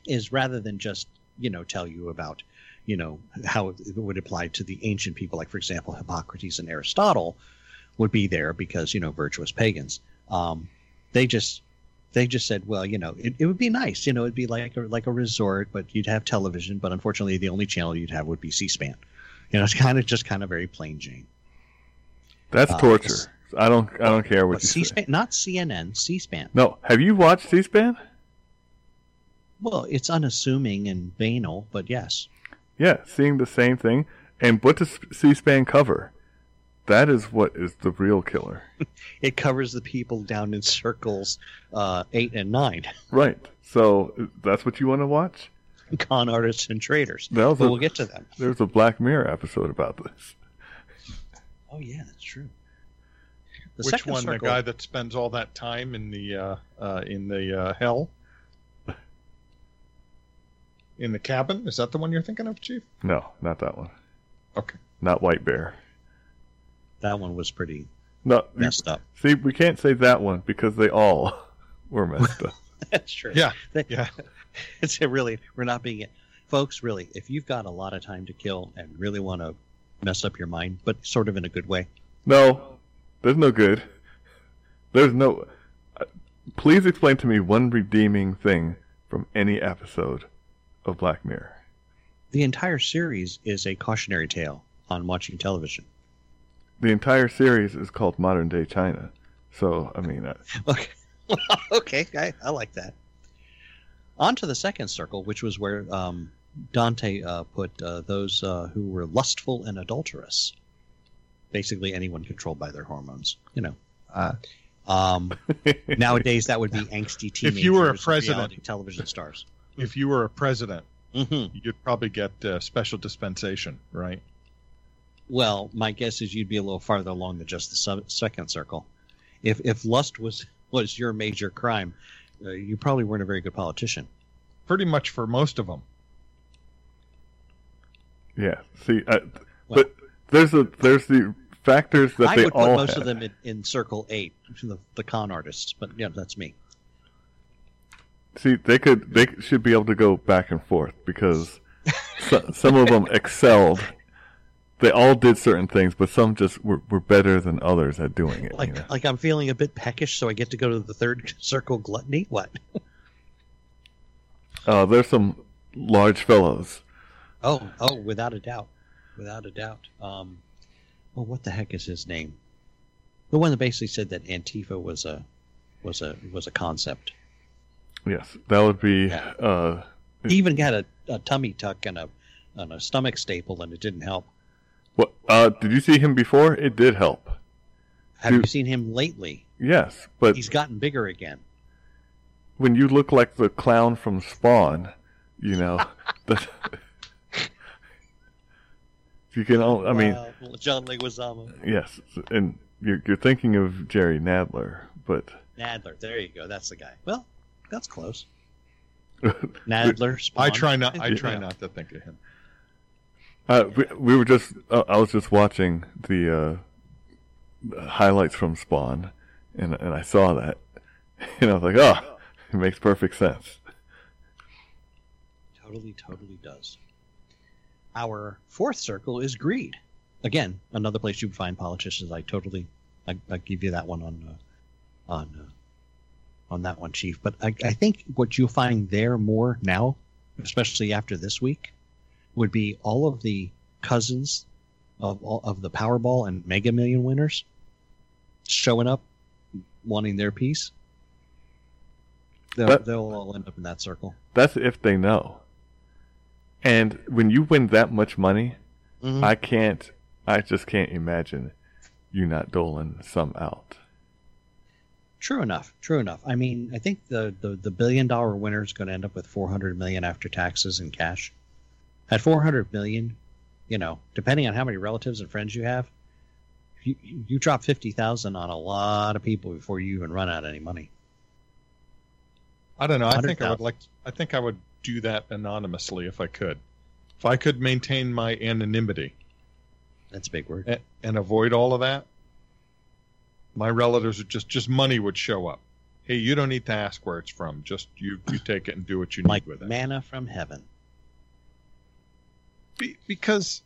Speaker 1: is rather than just you know tell you about you know how it would apply to the ancient people, like for example Hippocrates and Aristotle would be there because you know virtuous pagans. Um, they just they just said, well, you know, it, it would be nice. You know, it'd be like a, like a resort, but you'd have television. But unfortunately, the only channel you'd have would be C-SPAN. You know, it's kind of just kind of very plain Jane.
Speaker 3: That's
Speaker 1: uh,
Speaker 3: torture.
Speaker 1: this-
Speaker 3: I don't. I don't care what
Speaker 1: But
Speaker 3: you say.
Speaker 1: C-SPAN, not CNN, C-SPAN.
Speaker 3: No. Have you watched C-SPAN?
Speaker 1: Well, it's unassuming and banal, but yes,
Speaker 3: Yeah, seeing the same thing. And what does C-SPAN cover? That is what is the real killer.
Speaker 1: it covers the people down in circles uh, eight and nine,
Speaker 3: right. So that's what you want to watch.
Speaker 1: con artists and traders.
Speaker 3: That was
Speaker 1: But
Speaker 3: a-
Speaker 1: we'll get to them.
Speaker 3: There's a Black Mirror episode about this.
Speaker 1: Oh yeah, that's true. The
Speaker 2: Which
Speaker 1: second
Speaker 2: one?
Speaker 1: circle-
Speaker 2: The guy that spends all that time in the uh, uh, in the uh, hell, in the cabin? Is that the one you're thinking of, Chief?
Speaker 3: No, not that one.
Speaker 2: Okay.
Speaker 3: Not White Bear.
Speaker 1: That one was pretty
Speaker 3: No,
Speaker 2: Mm.
Speaker 3: you-
Speaker 1: messed up.
Speaker 3: see, we can't say that one because they all were messed up.
Speaker 1: That's true.
Speaker 2: Yeah, yeah.
Speaker 1: It's really we're not being folks. Really, if you've got a lot of time to kill and really want to mess up your mind, but sort of in a good way,
Speaker 3: No, there's no good. There's no. uh, Please explain to me one redeeming thing from any episode of Black Mirror.
Speaker 1: the entire series is a cautionary tale on watching television.
Speaker 3: The entire series is called Modern Day China. So, I mean, uh,
Speaker 1: Okay, okay, I, I like that. On to the second circle, which was where um, Dante uh, put uh, those uh, who were lustful and adulterous. Basically, anyone controlled by their hormones. You know. Uh, um, nowadays, that would be angsty teenagers.
Speaker 2: If you were a
Speaker 1: and
Speaker 2: president.
Speaker 1: reality television stars.
Speaker 2: If you were a president,
Speaker 1: hmm
Speaker 2: you'd probably get uh, special dispensation, right?
Speaker 1: Well, my guess is you'd be a little farther along than just the sub- second circle. If if lust was was your major crime, uh, you probably weren't a very good politician.
Speaker 2: Pretty much for most of them.
Speaker 3: yeah. See, uh,
Speaker 1: Well-
Speaker 3: but there's a there's the factors that
Speaker 1: I
Speaker 3: they
Speaker 1: would put
Speaker 3: all
Speaker 1: most
Speaker 3: had.
Speaker 1: of them in, in circle eight, the, the con artists. But yeah, that's me.
Speaker 3: See, they could they should be able to go back and forth because so, some of them excelled. They all did certain things, but some just were, were better than others at doing it. you
Speaker 1: Like
Speaker 3: know?
Speaker 1: like I'm feeling a bit peckish, so I get to go to the third circle gluttony. What?
Speaker 3: uh, there's some large fellows.
Speaker 1: Oh oh, without a doubt, without a doubt. Um, well, what the heck is his name? The one that basically said that Antifa was a was a was a concept.
Speaker 3: Yes, that would be.
Speaker 1: Yeah.
Speaker 3: Uh,
Speaker 1: He even got a, a tummy tuck and a and a stomach staple, and it didn't help.
Speaker 3: what? Uh, did you see him before? It did help.
Speaker 1: Have you
Speaker 3: Dude.
Speaker 1: seen him lately?
Speaker 3: Yes, but
Speaker 1: He's gotten bigger again.
Speaker 3: when you look like the clown from Spawn, you know, that you can. All, I mean,
Speaker 1: Wow, John Leguizamo,
Speaker 3: yes, and you're, you're thinking of Jerry Nadler, but
Speaker 1: Nadler. There you go. That's the guy. Well, that's close. Nadler. Spawn.
Speaker 2: I try not. I try
Speaker 1: Yeah.
Speaker 2: not to think of him.
Speaker 3: uh, we, we were just. Uh, I was just watching the uh, highlights from Spawn, and and I saw that, and I was like, oh, it makes perfect sense.
Speaker 1: Totally, totally does. Our fourth circle is greed. Again, another place you would find politicians. I totally, I, I give you that one on, uh, on, uh, on that one, Chief. But I, I think what you'll find there more now, especially after this week, would be all of the cousins of all of the Powerball and Mega Million winners showing up, wanting their piece. They'll,
Speaker 3: But-
Speaker 1: they'll all end up in that circle.
Speaker 3: That's if they know. And when you win that much money,
Speaker 1: Mm-hmm.
Speaker 3: I can't. I just can't imagine you not doling some out.
Speaker 1: True enough. True enough. I mean, I think the the, the billion dollar winner is going to end up with four hundred million after taxes and cash. At four hundred million, you know, depending on how many relatives and friends you have, you you drop fifty thousand on a lot of people before you even run out of any money.
Speaker 2: I don't know. I think
Speaker 1: 100,000.
Speaker 2: I would like. I think I would do that anonymously if I could. If I could maintain my anonymity
Speaker 1: That's a big word.
Speaker 2: and, and avoid all of that, my relatives would just just money would show up. Hey, you don't need to ask where it's from. Just you you take it and do what you need
Speaker 1: Like
Speaker 2: with it.
Speaker 1: manna from heaven.
Speaker 2: Be, because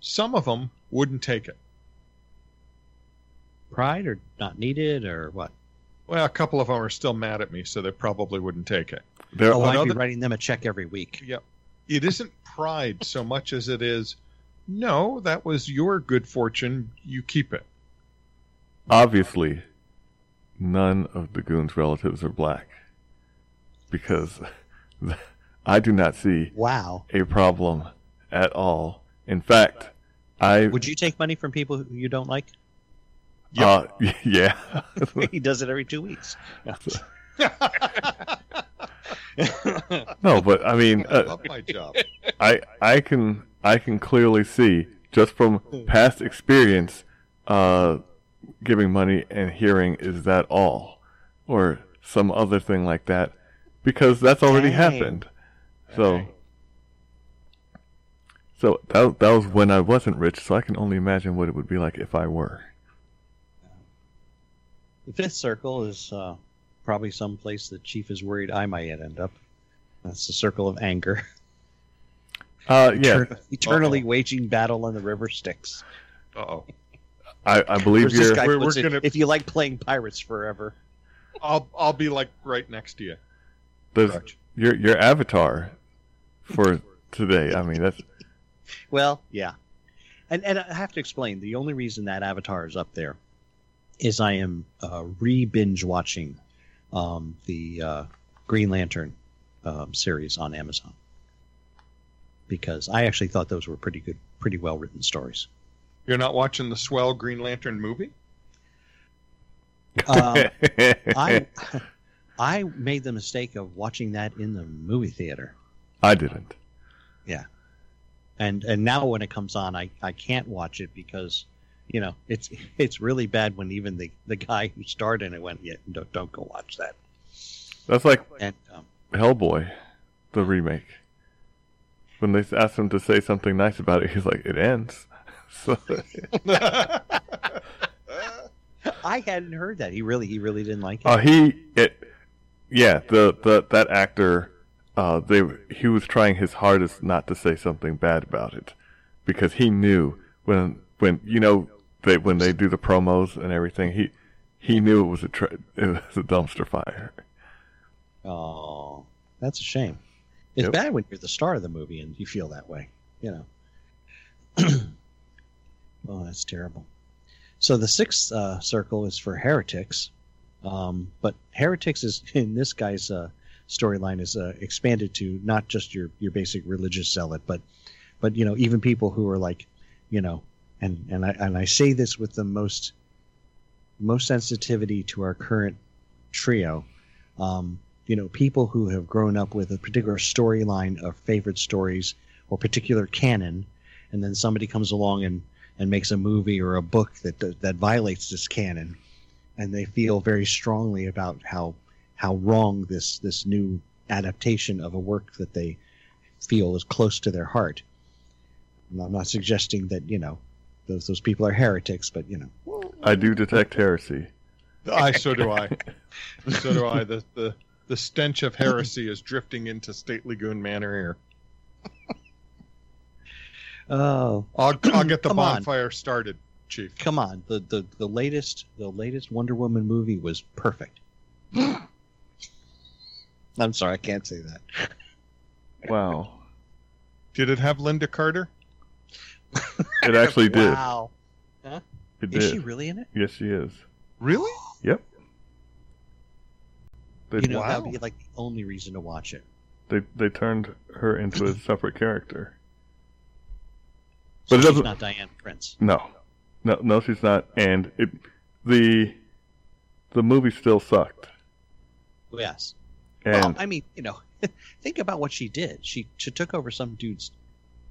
Speaker 2: some of them wouldn't take it.
Speaker 1: Pride or not needed or what?
Speaker 2: Well, a couple of them are still mad at me, so they probably wouldn't take it.
Speaker 3: There,
Speaker 1: Oh, I'd be
Speaker 2: another-
Speaker 1: writing them a check every week.
Speaker 2: Yeah. It isn't pride so much as it is, no, that was your good fortune. You keep it.
Speaker 3: obviously, none of the goons' relatives are black, because I do not see
Speaker 1: Wow.
Speaker 3: a problem at all. In fact, I
Speaker 1: Would you take money from people who you don't like?
Speaker 3: uh, yeah.
Speaker 1: he does it every two weeks.
Speaker 3: no, but I mean,
Speaker 2: I
Speaker 3: uh,
Speaker 2: love my job.
Speaker 3: I I can I can clearly see just from past experience, uh, giving money and hearing is that all, or some other thing like that, because that's already
Speaker 1: Dang.
Speaker 3: happened. So, So that, that was when I wasn't rich, so I can only imagine what it would be like if I were.
Speaker 1: The fifth circle is uh, probably some place the chief is worried I might end up. That's the circle of anger.
Speaker 3: Uh, yeah,
Speaker 1: Eter- eternally waging battle on the river Styx.
Speaker 2: Uh-oh.
Speaker 3: I, I believe
Speaker 1: Where's this
Speaker 3: you're.
Speaker 1: guy
Speaker 2: We're-
Speaker 1: puts
Speaker 2: we're
Speaker 1: it,
Speaker 2: gonna-
Speaker 1: If you like playing pirates forever,
Speaker 2: I'll I'll be like right next to you.
Speaker 3: There's
Speaker 2: Correct.
Speaker 3: your your avatar for today. I mean, that's
Speaker 1: well, yeah. And and I have to explain the only reason that Avatar is up there is I am uh, re binge watching um, the uh, Green Lantern um, series on Amazon because I actually thought those were pretty good, pretty well written stories.
Speaker 2: You're not watching the swell Green Lantern movie?
Speaker 1: Um, I I made the mistake of watching that in the movie theater,
Speaker 3: I didn't.
Speaker 1: and and now when it comes on, I I can't watch it because you know it's it's really bad when even the the guy who starred in it went, yeah, don't, don't go watch that.
Speaker 3: That's like
Speaker 1: And um,
Speaker 3: Hellboy, the remake. When they asked him to say something nice about it, he's like, "It ends." So
Speaker 1: I hadn't heard that he really he really didn't like it.
Speaker 3: uh, he it yeah the, the that actor uh, they he was trying his hardest not to say something bad about it because he knew when when you know they when they do the promos and everything he he knew it was a tra- it was a dumpster fire.
Speaker 1: Oh, that's a shame. It's
Speaker 3: Yep.
Speaker 1: bad when you're the star of the movie and you feel that way, you know. oh, that's terrible. So the sixth uh, circle is for heretics, um, but heretics is in this guy's uh, storyline is uh, expanded to not just your your basic religious zealot, but but you know even people who are like, you know, and and I and I say this with the most most sensitivity to our current trio. Um, you know, people who have grown up with a particular storyline of favorite stories or particular canon, and then somebody comes along and, and makes a movie or a book that, that that violates this canon, and they feel very strongly about how how wrong this this new adaptation of a work that they feel is close to their heart. And I'm not suggesting that you know those those people are heretics, but you know,
Speaker 3: I do detect heresy.
Speaker 2: I so do I. So do I. The the the stench of heresy is drifting into State Lagoon Manor here.
Speaker 1: oh,
Speaker 2: I'll I'll get the
Speaker 1: Come on.
Speaker 2: bonfire started, Chief.
Speaker 1: come on the, the the latest the latest wonder woman movie was perfect i'm sorry i can't say that
Speaker 3: Wow,
Speaker 2: Did it have Linda Carter?
Speaker 3: it actually did.
Speaker 1: wow
Speaker 3: It
Speaker 1: is she
Speaker 3: did.
Speaker 1: really in it
Speaker 3: Yes, she is.
Speaker 2: Really?
Speaker 3: They,
Speaker 1: you know that
Speaker 2: wow.
Speaker 1: would be like the only reason to watch it
Speaker 3: they they turned her into a separate character.
Speaker 1: so
Speaker 3: But it
Speaker 1: she's
Speaker 3: doesn't-
Speaker 1: not diane prince
Speaker 3: No, no, no, she's not. And it the the movie still sucked.
Speaker 1: Oh, yes well,
Speaker 3: And
Speaker 1: i mean you know think about what she did she she took over some dude's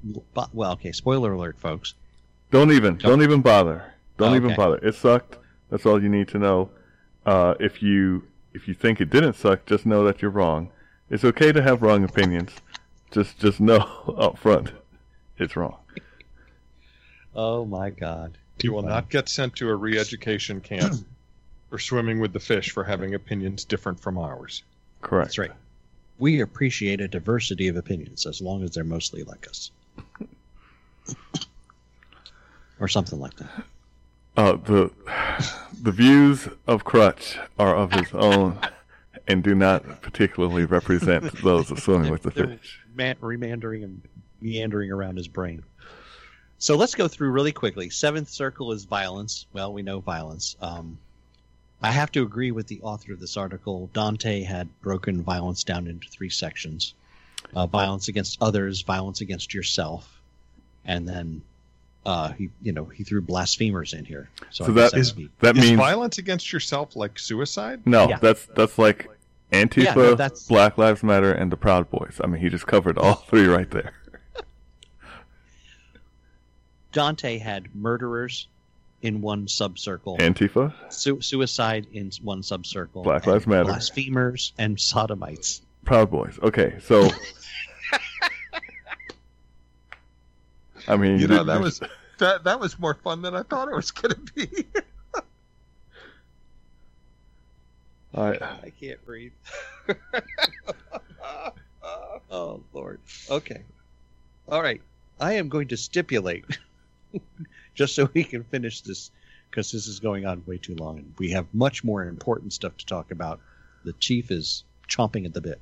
Speaker 1: bo- well okay spoiler alert folks
Speaker 3: don't even don't even bother. Don't
Speaker 1: Oh,
Speaker 3: even
Speaker 1: okay.
Speaker 3: bother. It sucked. That's all you need to know. Uh, if you if you think it didn't suck, just know that you're wrong. It's okay to have wrong opinions. Just just know up front, it's wrong.
Speaker 1: oh my god
Speaker 2: You will not get sent to a re-education camp for swimming with the fish for having opinions different from ours.
Speaker 3: Correct.
Speaker 1: that's right we appreciate a diversity of opinions as long as they're mostly like us or something like that
Speaker 3: Uh, the the views of Crutch are of his own and do not particularly represent those of swimming with the
Speaker 1: They're-
Speaker 3: fish.
Speaker 1: man- remandering and meandering around his brain. So let's go through really quickly. Seventh circle is violence. Well, we know violence. Um, I have to agree with the author of this article. Dante had broken violence down into three sections uh, violence against others, violence against yourself, and then. Uh, he, you know, he threw blasphemers in here. So,
Speaker 3: So
Speaker 1: I guess
Speaker 3: that is-
Speaker 1: would be-
Speaker 3: That
Speaker 2: Is
Speaker 3: means
Speaker 2: violence against yourself like suicide?
Speaker 3: no.
Speaker 1: Yeah.
Speaker 3: That's that's like Antifa,
Speaker 1: Yeah, no, that's-
Speaker 3: Black Lives Matter, and the Proud Boys. I mean, he just covered all three right there.
Speaker 1: Dante had murderers in one subcircle.
Speaker 3: Antifa,
Speaker 1: Su- suicide in one subcircle.
Speaker 3: Black
Speaker 1: and
Speaker 3: Lives Matter.
Speaker 1: Blasphemers and sodomites.
Speaker 3: Proud Boys. Okay, so I mean,
Speaker 2: You know, that was that that was more fun than I thought it was going to be.
Speaker 3: I,
Speaker 1: I can't breathe. oh Lord. Okay. All right. I am going to stipulate, just so we can finish this, because this is going on way too long, and we have much more important stuff to talk about. The chief is chomping at the bit.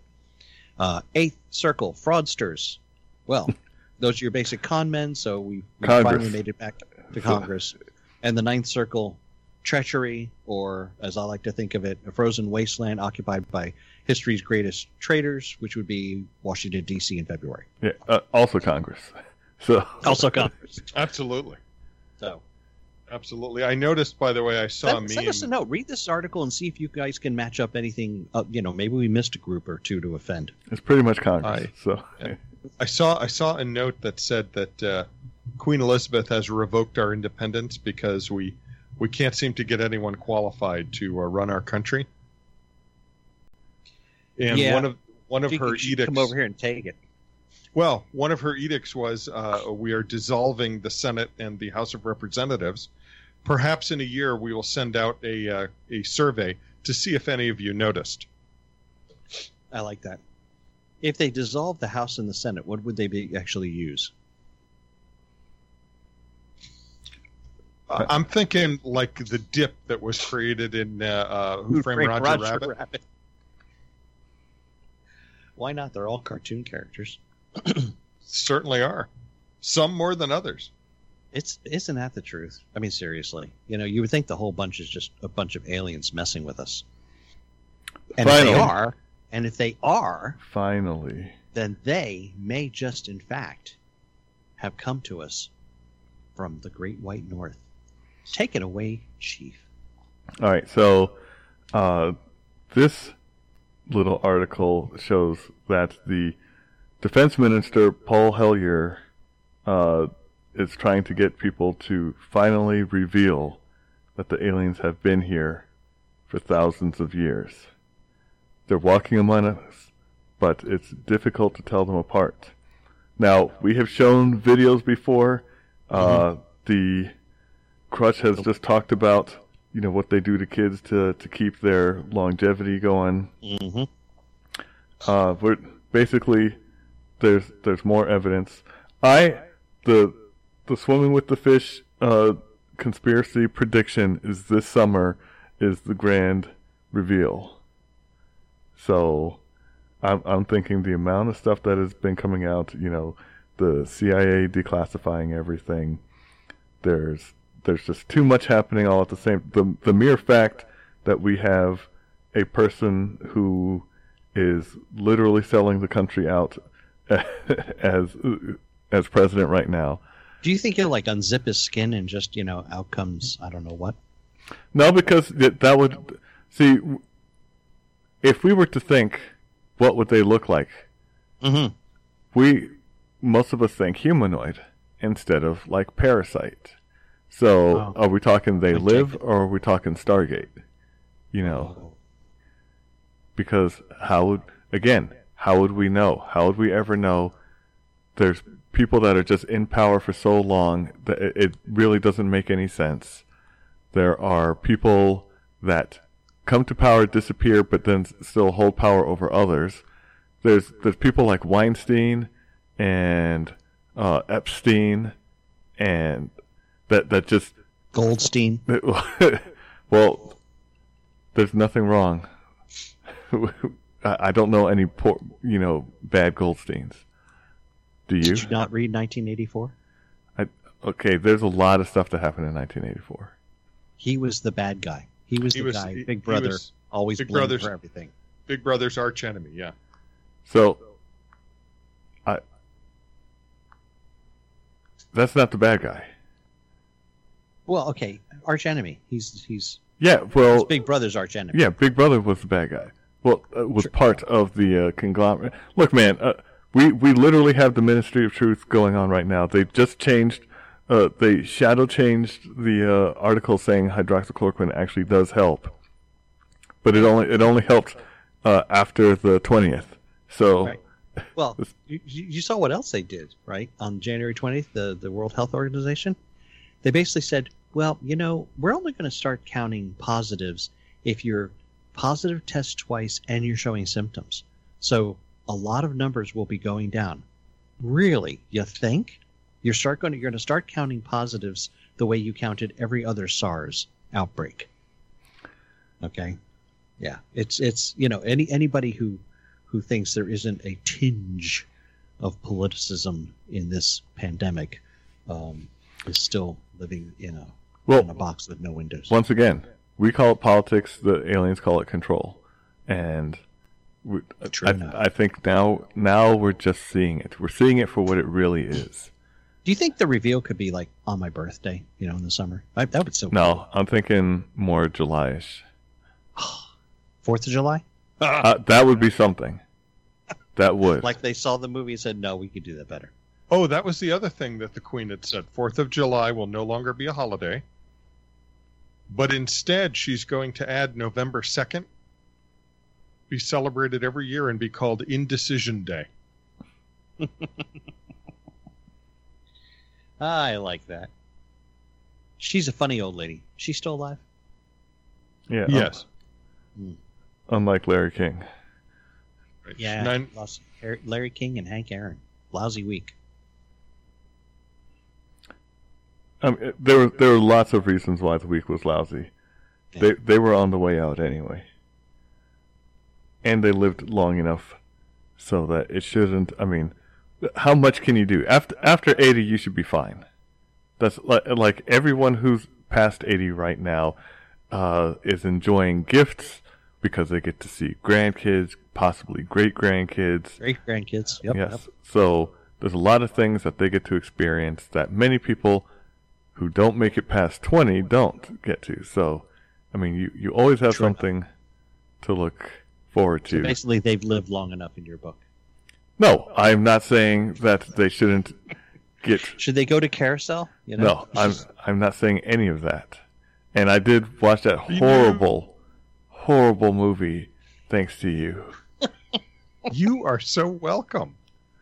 Speaker 1: Uh, eighth circle fraudsters. Well, those are your basic con men. So we, we finally
Speaker 3: Congress.
Speaker 1: made it back to Congress, and the ninth circle treachery, or as I like to think of it, a frozen wasteland occupied by history's greatest traitors, which would be Washington D.C. in February.
Speaker 3: yeah, uh, also Congress. So
Speaker 1: Also Congress.
Speaker 2: Absolutely,
Speaker 1: So
Speaker 2: absolutely. I noticed, by the way, I saw a
Speaker 1: send,
Speaker 2: meme.
Speaker 1: send us a note. Read this article and see if you guys can match up anything. Uh, you know, maybe we missed a group or two to offend.
Speaker 3: it's pretty much Congress.
Speaker 2: Aye.
Speaker 3: So
Speaker 2: Yeah. I saw I saw a note that said that uh, Queen Elizabeth has revoked our independence because we we can't seem to get anyone qualified to uh, run our country. And
Speaker 1: Yeah.
Speaker 2: one of one of
Speaker 1: She
Speaker 2: her
Speaker 1: could- she could
Speaker 2: edicts.
Speaker 1: come over here and take it.
Speaker 2: Well, one of her edicts was uh, we are dissolving the Senate and the House of Representatives. Perhaps in a year we will send out a uh, a survey to see if any of you noticed.
Speaker 1: I like that. If they dissolved the House and the Senate, what would they be actually use?
Speaker 2: Uh, I'm thinking like the dip that was created in uh, uh, Who Framed
Speaker 1: Frank
Speaker 2: Roger, Rabbit.
Speaker 1: Why not? They're all cartoon characters.
Speaker 2: Certainly are. Some more than others.
Speaker 1: It's isn't that the truth? I mean, seriously, you know, you would think the whole bunch is just a bunch of aliens messing with us, and if
Speaker 3: Finally.
Speaker 1: they are, and if they are,
Speaker 3: finally,
Speaker 1: then they may just, in fact, have come to us from the Great White North. Take it away, Chief.
Speaker 3: all right. So uh, this little article shows that the defense minister Paul Hellyer uh, is trying to get people to finally reveal that the aliens have been here for thousands of years. They're walking among us, but it's difficult to tell them apart. Now we have shown videos before. Uh, the Crutch has just talked about you know what they do to kids to to keep their longevity going.
Speaker 1: Mm-hmm.
Speaker 3: Uh, but basically, there's there's more evidence. I the the swimming with the fish uh, conspiracy prediction is this summer is the grand reveal. So, I'm I'm thinking the amount of stuff that has been coming out. You know, the CIA declassifying everything. There's there's just too much happening all at the same. The the mere fact that we have a person who is literally selling the country out as as president right now.
Speaker 1: Do you think he'll like unzip his skin and just, you know, out comes I don't know what?
Speaker 3: No, because th- that would see if we were to think what would they look like.
Speaker 1: Mm-hmm.
Speaker 3: We most of us think humanoid instead of like parasite.
Speaker 1: Oh.
Speaker 3: So are we talking they
Speaker 1: I take
Speaker 3: live or are we talking Stargate? You know. because how would again how would we know how would we ever know there's people that are just in power for so long that it, it really doesn't make any sense there are people that come to power disappear but then s- still hold power over others there's there's people like Weinstein and uh, Epstein and that that just
Speaker 1: Goldstein.
Speaker 3: well, there's nothing wrong. I I don't know any poor, you know, bad Goldsteins. Do you?
Speaker 1: Did you not read 1984?
Speaker 3: Okay, there's a lot of stuff that happened in 1984.
Speaker 1: He was the bad guy. He was
Speaker 2: He
Speaker 1: the
Speaker 2: was
Speaker 1: guy.
Speaker 2: he-
Speaker 1: Big
Speaker 2: he
Speaker 1: Brother
Speaker 2: was
Speaker 1: always
Speaker 2: Big
Speaker 1: blamed
Speaker 2: Brother's-
Speaker 1: for everything.
Speaker 2: Big Brother's arch enemy. Yeah.
Speaker 3: So, I that's not the bad guy.
Speaker 1: Well, okay, arch enemy. He's he's
Speaker 3: Yeah,
Speaker 1: it's
Speaker 3: well,
Speaker 1: Big Brother's arch enemy.
Speaker 3: yeah, Big Brother was the bad guy. Well, uh, was part of the uh, conglomerate. Look, man, uh, we we literally have the Ministry of Truth going on right now. They just changed. Uh, they shadow changed the uh, article saying hydroxychloroquine actually does help, but it only it only helped uh, after the twentieth. So
Speaker 1: Right. Well, you, you saw what else they did, right? On January 20th, the, the World Health Organization, they basically said, well, you know, we're only going to start counting positives if you're positive test twice and you're showing symptoms. So a lot of numbers will be going down. Really, you think? You're start going to, you're going to start counting positives the way you counted every other SARS outbreak. Okay? Yeah, it's it's, you know, any anybody who who thinks there isn't a tinge of politicism in this pandemic um, is still living in a
Speaker 3: Well-
Speaker 1: in a box with no windows.
Speaker 3: Once again, we call it politics. The aliens call it control, and we,
Speaker 1: True
Speaker 3: I,
Speaker 1: enough.
Speaker 3: I think now now we're just seeing it. We're seeing it for what it really is.
Speaker 1: Do you think the reveal could be like on my birthday? You know, in the summer. I, that would still
Speaker 3: No, I'm thinking more Julyish.
Speaker 1: Fourth of July.
Speaker 3: Uh, that would be something. That would.
Speaker 1: Like they saw the movie and said, "No, we could do that better."
Speaker 2: Oh, that was the other thing that the Queen had said. Fourth of July will no longer be a holiday. But instead, she's going to add November 2nd, be celebrated every year, and be called Indecision Day.
Speaker 1: I like that. She's a funny old lady. She's still alive.
Speaker 3: yeah. oh. un-
Speaker 2: Yes.
Speaker 3: unlike Larry King.
Speaker 2: Right.
Speaker 1: Yeah,
Speaker 2: Nine,
Speaker 1: lost Har- Larry King and Hank Aaron. Lousy week.
Speaker 3: Um, it- there were there were lots of reasons why the week was lousy.
Speaker 1: Yeah.
Speaker 3: They they were on the way out anyway, and they lived long enough so that it shouldn't. I mean, how much can you do after after eighty? You should be fine. That's like, like everyone who's past eighty right now uh, is enjoying gifts because they get to see grandkids, possibly great grandkids.
Speaker 1: Great grandkids. Yep.
Speaker 3: Yes.
Speaker 1: yep.
Speaker 3: So there's a lot of things that they get to experience that many people who don't make it past 20 don't get to. So, I mean, you, you always have
Speaker 1: True enough.
Speaker 3: something to look forward
Speaker 1: So
Speaker 3: to.
Speaker 1: basically, they've lived long enough in your book.
Speaker 3: No, I'm not saying that they shouldn't get.
Speaker 1: Should they go to carousel? You know?
Speaker 3: No, I'm I'm not saying any of that. And I did watch that horrible, horrible movie. Thanks to you.
Speaker 2: you are so welcome.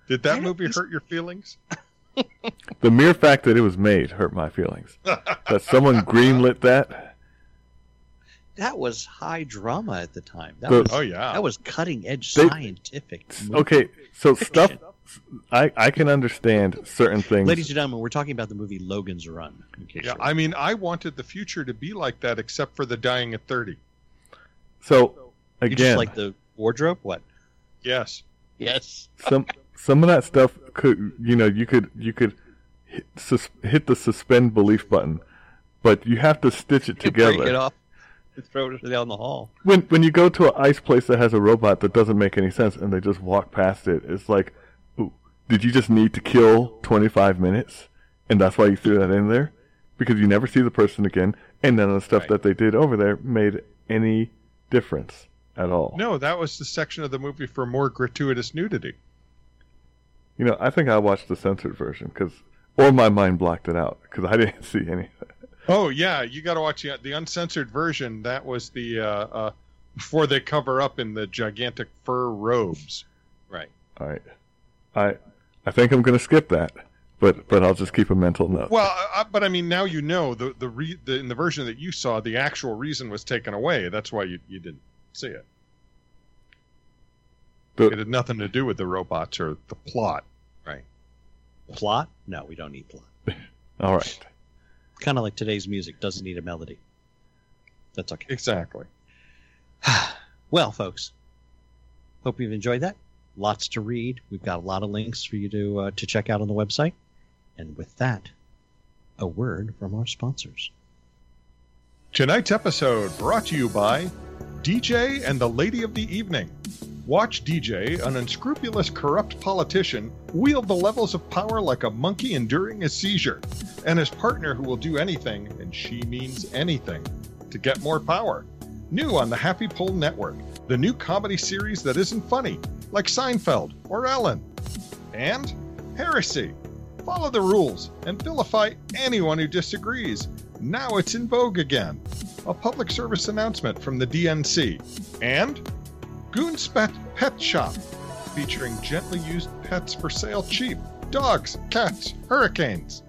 Speaker 2: Did that
Speaker 1: Yeah,
Speaker 2: movie
Speaker 1: he's-
Speaker 2: hurt your feelings?
Speaker 3: The mere fact that it was made hurt my feelings. That someone greenlit that.
Speaker 1: That was high drama at the time. That
Speaker 3: The-
Speaker 1: was
Speaker 2: Oh, yeah.
Speaker 1: that was cutting edge
Speaker 3: They-
Speaker 1: scientific.
Speaker 3: Okay, so stuff
Speaker 1: Fiction.
Speaker 3: I I can understand certain things.
Speaker 1: Ladies and gentlemen, we're talking about the movie Logan's Run. in case
Speaker 2: yeah,
Speaker 1: you're-
Speaker 2: I mean, I wanted the future to be like that, except for the dying at 30.
Speaker 3: so
Speaker 1: you just
Speaker 3: again,
Speaker 1: like the wardrobe? What?
Speaker 2: Yes.
Speaker 1: Yes.
Speaker 3: some some of that stuff could you know you could you could hit, sus, hit the suspend belief button, but you have to stitch it
Speaker 1: Break it
Speaker 3: together.
Speaker 1: off and throw it down the hall.
Speaker 3: When when you go to an ice place that has a robot that doesn't make any sense and they just walk past it, it's like, ooh, did you just need to kill 25 minutes, and that's why you threw that in there, because you never see the person again, and none of the stuff
Speaker 2: Right.
Speaker 3: that they did over there made any difference at all.
Speaker 2: No, that was the section of the movie for more gratuitous nudity.
Speaker 3: You know, I think I watched the censored version because, or my mind blocked it out because I didn't see any.
Speaker 2: Oh yeah, you got to watch the, the uncensored version. That was the uh, uh, before they cover up in the gigantic fur robes.
Speaker 1: Right.
Speaker 3: All right, I, I think I'm gonna skip that, but but I'll just keep a mental note.
Speaker 2: Well, uh, uh, but I mean, now you know the the, re- the in the version that you saw, the actual reason was taken away. That's why you, you didn't see it.
Speaker 3: The-
Speaker 2: It had nothing to do with the robots or the plot.
Speaker 1: Plot? No, we don't need plot.
Speaker 3: All right,
Speaker 1: Kind of like today's music doesn't need a melody. That's okay.
Speaker 2: Exactly.
Speaker 1: well, folks, hope you've enjoyed that. Lots to read. We've got a lot of links for you to uh, to check out on the website. And with that, a word from our sponsors.
Speaker 2: Tonight's episode brought to you by DJ and the Lady of the Evening. Watch DJ, an unscrupulous, corrupt politician, wield the levels of power like a monkey enduring a seizure, and his partner who will do anything, and she means anything, to get more power. New on the Happy Pull Network, the new comedy series that isn't funny, like Seinfeld or Ellen. And Heresy. Follow the rules and vilify anyone who disagrees. Now it's in vogue again. A public service announcement from the DNC. And Goonspet Pet Shop. featuring gently used pets for sale cheap dogs, cats, hurricanes.